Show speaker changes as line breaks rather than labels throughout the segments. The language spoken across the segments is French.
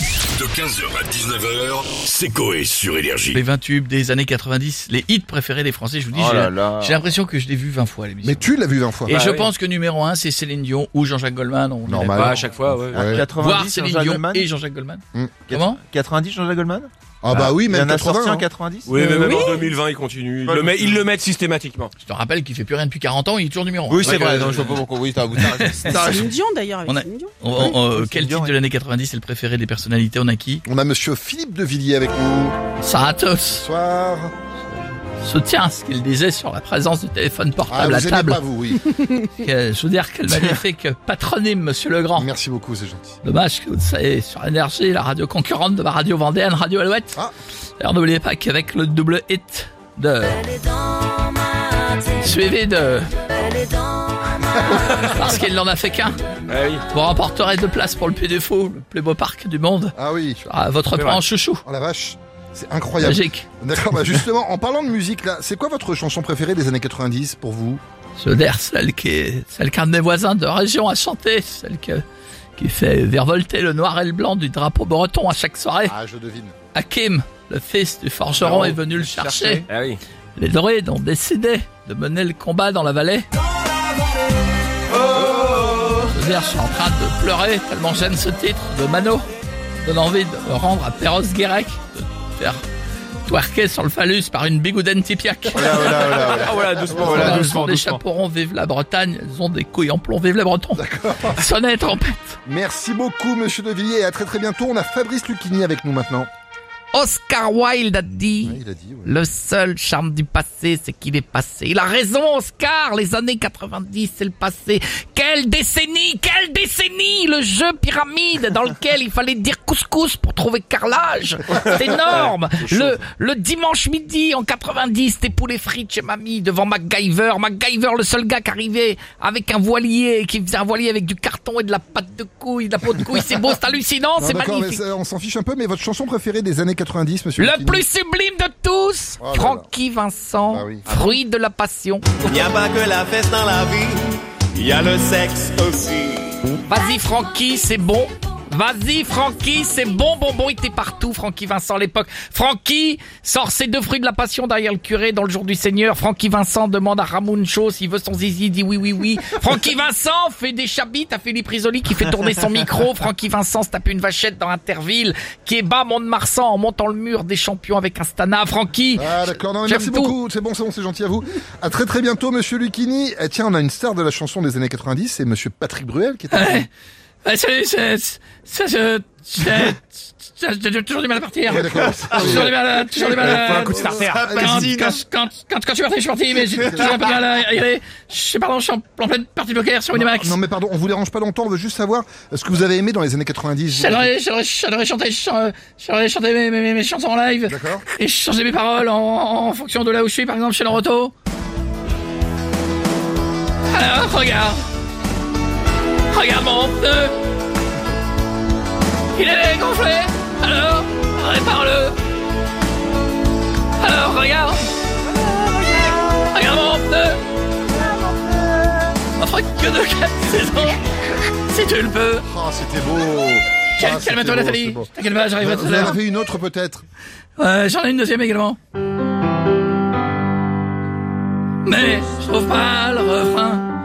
De 15h à 19h, c'est Coé sur Énergie.
Les 20 tubes des années 90, les hits préférés des Français, je vous dis,
Oh
j'ai
là
la-
là.
j'ai l'impression que je l'ai vu 20 fois l'émission.
Mais tu l'as vu 20 fois.
Et
Bah
je
oui.
pense que numéro 1, c'est Céline Dion ou Jean-Jacques Goldman. On
Normal.
n'avait
Bah,
pas
à
à
chaque fois, ouais.
Ouais.
90
Voir Céline
Jean-Jacques
Dion
Goldman
et Jean-Jacques Goldman. Comment
90 Jean-Jacques Goldman
Ah bah oui,
Il y
même
en a sorti
80.
en
hein.
90
Oui,
Euh,
mais même
oui.
en 2020, ils continuent. Ils
Pas
le,
le
met-
coup.
ils le mettent systématiquement.
Je te rappelle qu'il fait plus rien depuis 40 ans, il est toujours numéro 1.
Oui, c'est vrai.
non, je vois pas pourquoi. Oui, t'as t'as raison.
Céline Dion d'ailleurs avec
On a-
Céline Dion.
quel
Céline Dion,
titre
oui.
de l'année 90 est le préféré des personnalités On a qui
On a monsieur Philippe de Villiers avec nous.
Saratos
Bonsoir.
se tient à ce qu'il disait sur la présence du téléphone
Ah,
portable à
vous aimez
table.
pas vous, oui.
Euh, Je veux dire qu'elle m'avait fait que patronyme, monsieur
Oh.
Legrand.
Merci beaucoup, c'est gentil.
Dommage que vous savez, sur Énergie, la radio concurrente de ma radio vendéenne, Radio Alouette.
Ah.
D'ailleurs, n'oubliez pas qu'avec le double hit de. Suivi de. Parce qu'il n'en a fait qu'un.
Ah oui.
Vous remporterez deux places pour le Puy du Fou, le plus beau parc du monde.
Ah oui.
Ah, votre
C'est
plan
vrai.
chouchou.
Oh la vache. C'est incroyable.
Magique.
D'accord, bah justement, en parlant de musique, là, c'est quoi votre chanson préférée des années 90 pour vous
Je veux dire, celle qui est- celle qu'un de mes voisins de région a chanté, celle que, qui fait virevolter le noir et le blanc du drapeau breton à chaque soirée.
Ah, je devine.
Hakim, le fils du forgeron,
Baron,
est venu le chercher.
Ah oui.
Les druides ont décidé de mener le combat dans la vallée. Je veux dire, je suis en train de pleurer tellement j'aime ce titre de Mano. Ça Donne envie de me rendre à Perros Guirec, de faire twerker sur le phallus par une bigoudaine tipiaque.
Voilà, voilà, voilà. voilà.
Ah voilà, doucement.
Voilà,
voilà.
Elles ont des chaperons, vive la Bretagne, elles ont des couilles en plomb, vive les Bretons. Sonnez trompette.
Merci beaucoup, monsieur De Villiers, et à très très bientôt. On a Fabrice Lucchini avec nous maintenant.
Oscar Wilde a dit
Ouais, il a dit. ouais.
Le seul charme du passé, c'est qu'il est passé. Il a raison, Oscar. Les années 90, c'est le passé. Quelle décennie, quelle décennie Le jeu pyramide dans lequel il fallait dire couscous pour trouver carrelage. C'est énorme. Le, le dimanche midi en 90, tes poulets frites chez mamie devant MacGyver. MacGyver, le seul gars qui arrivait avec un voilier, qui faisait un voilier avec du carton et de la pâte de couille, de la peau de couille. C'est beau, c'est hallucinant,
Non,
c'est
Ah, d'accord,
magnifique.
mais ça, on s'en fiche un peu, mais votre chanson préférée des années 90, monsieur
Le
Lucchini
plus sublime de tous,
Oh là là.
Francky Vincent,
Bah oui.
fruit de la passion.
Y a pas que la fête dans la vie, y a le sexe aussi.
Vas-y Francky, c'est bon. Vas-y Francky, c'est bon, bon, bon, il était partout, Francky Vincent à l'époque. Francky sort ses deux fruits de la passion derrière le curé dans le jour du Seigneur. Francky Vincent demande à Ramuncho s'il veut son zizi, il dit oui, oui, oui. Francky Vincent fait des chabites à Philippe Risoli qui fait tourner son micro. Francky Vincent se tape une vachette dans Interville qui est bas Mont-de-Marsan en montant le mur des champions avec un stana. Francky,
Ah, d'accord, non, mais
J'aime
merci
tout.
beaucoup. C'est bon, c'est bon, c'est gentil à vous. À très très bientôt, monsieur Lucchini. Eh, tiens, on a une star de la chanson des années 90, c'est monsieur Patrick Bruel qui est avec nous.
Ah, c'est- c'est- c'est- c'est- c'est- c'est- c'est- J'ai toujours du mal à partir.
Ouais, d'accord.
Toujours du mal à- toujours du mal à-
Faut un coup de starter.
Quand, quand, quand, quand, quand je suis parti, je suis parti, mais j'ai toujours un peu de mal à y aller. Je sais pas, je suis en, en pleine partie de poker sur Winamax.
Non, mais pardon, on vous dérange pas longtemps, on veut juste savoir euh, ce que vous avez aimé dans les années 90.
J'adorais, j'adorais, j'adorais chanter, je chan- euh, j'adorais chanter mes, mes, mes- mes chansons en live.
D'accord.
Et je changeais mes paroles en, en fonction de là où je suis, par exemple chez Loroto. Alors, regarde. Regarde mon pneu. Il est gonflé. Alors, répare-le. Alors, regarde. Regarde mon pneu. Enfin, que de 4 saisons. Si tu le peux.
Oh, c'était beau.
Cal-
Ah, c'était
Calme-toi,
beau,
Nathalie.
c'est beau.
T'inquiète pas, j'arrive à
Vous
tout
en
à l'heure.
avez une autre peut-être
Ouais, J'en ai une deuxième également. Mais je trouve pas le refrain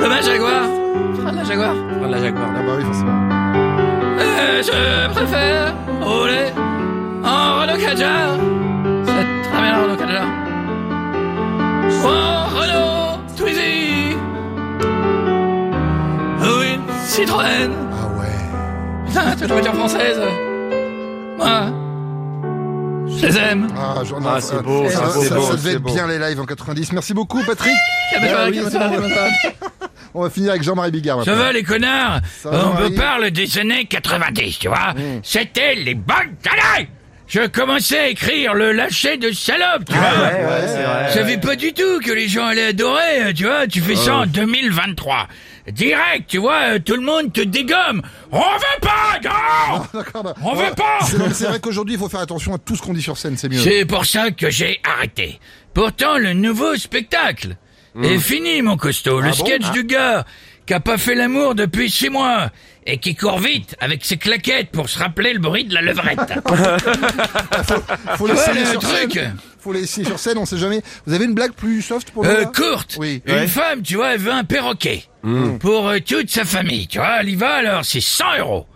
de ma Jaguar. Refrain de la Jaguar.
Prends de la Jaguar.
Ah bah oui, forcément.
Et je préfère rouler en Renault Kadjar. C'est très bien la Renault Kadjar. Ou en Renault Twizy. Ou une Citroën.
Ah ouais.
Putain, toute voiture française. Moi, je les aime.
Ah, j'en
Ah, c'est beau,
ça,
c'est beau,
ça- ça
c'est
devait être
beau.
bien les lives en 90. Merci beaucoup, Patrick. bah Ah
Calme-toi, calme-toi, calme-toi.
On va finir avec Jean-Marie Bigard.
Ça
maintenant.
va les connards
Ça va,
On me
Marie
parle des années 90, tu vois C'était les bonnes années Je commençais à écrire le lâcher de salope, tu vois
ouais, c'est vrai.
Je savais pas du tout que les gens allaient adorer, euh, tu vois Tu fais ça en 2023 Direct, tu vois, euh, tout le monde te dégomme On veut pas, gars
D'accord, bah,
On
voilà.
veut pas
C'est- non, mais C'est vrai qu'aujourd'hui, il faut faire attention à tout ce qu'on dit sur scène, c'est mieux.
C'est pour ça que j'ai arrêté. Pourtant, le nouveau spectacle est fini, mon costaud. Le sketch du gars qui a pas fait l'amour depuis six mois,
et qui court vite avec ses claquettes pour se rappeler le bruit de la levrette.
Faut les
Ouais,
signer
le
sur
truc.
scène. Faut les signer sur scène, on sait jamais. Vous avez une blague plus soft pour nous
Euh,
là
courte.
Oui.
Une femme, tu vois, elle veut un perroquet. Pour euh, toute sa famille, tu vois. Elle y va, alors, c'est 100 euros.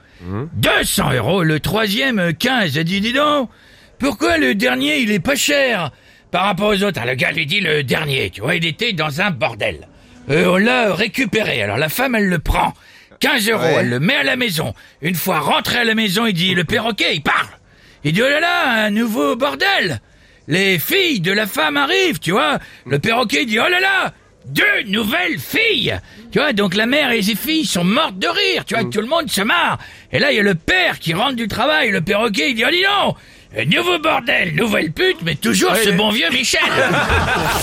200 euros. Le troisième, euh, 15. Elle dit, dis donc, pourquoi le dernier, il est pas cher par rapport aux autres? Ah, le gars lui dit le dernier, tu vois. Il était dans un bordel. Euh, on l'a récupéré. Alors, la femme, elle le prend. 15 euros. Elle le met à la maison. Une fois rentré à la maison, il dit, le perroquet, il parle. Il dit, oh là là, un nouveau bordel. Les filles de la femme arrivent, tu vois. Le perroquet dit, oh là là, deux nouvelles filles. Tu vois, donc la mère et ses filles sont mortes de rire, tu vois, tout le monde se marre. Et là, il y a le père qui rentre du travail, le perroquet, il dit, oh dis donc, euh, nouveau bordel, nouvelle pute, mais toujours ce bon vieux Michel.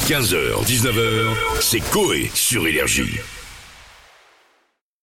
15h, 19h, c'est Coé sur Énergie.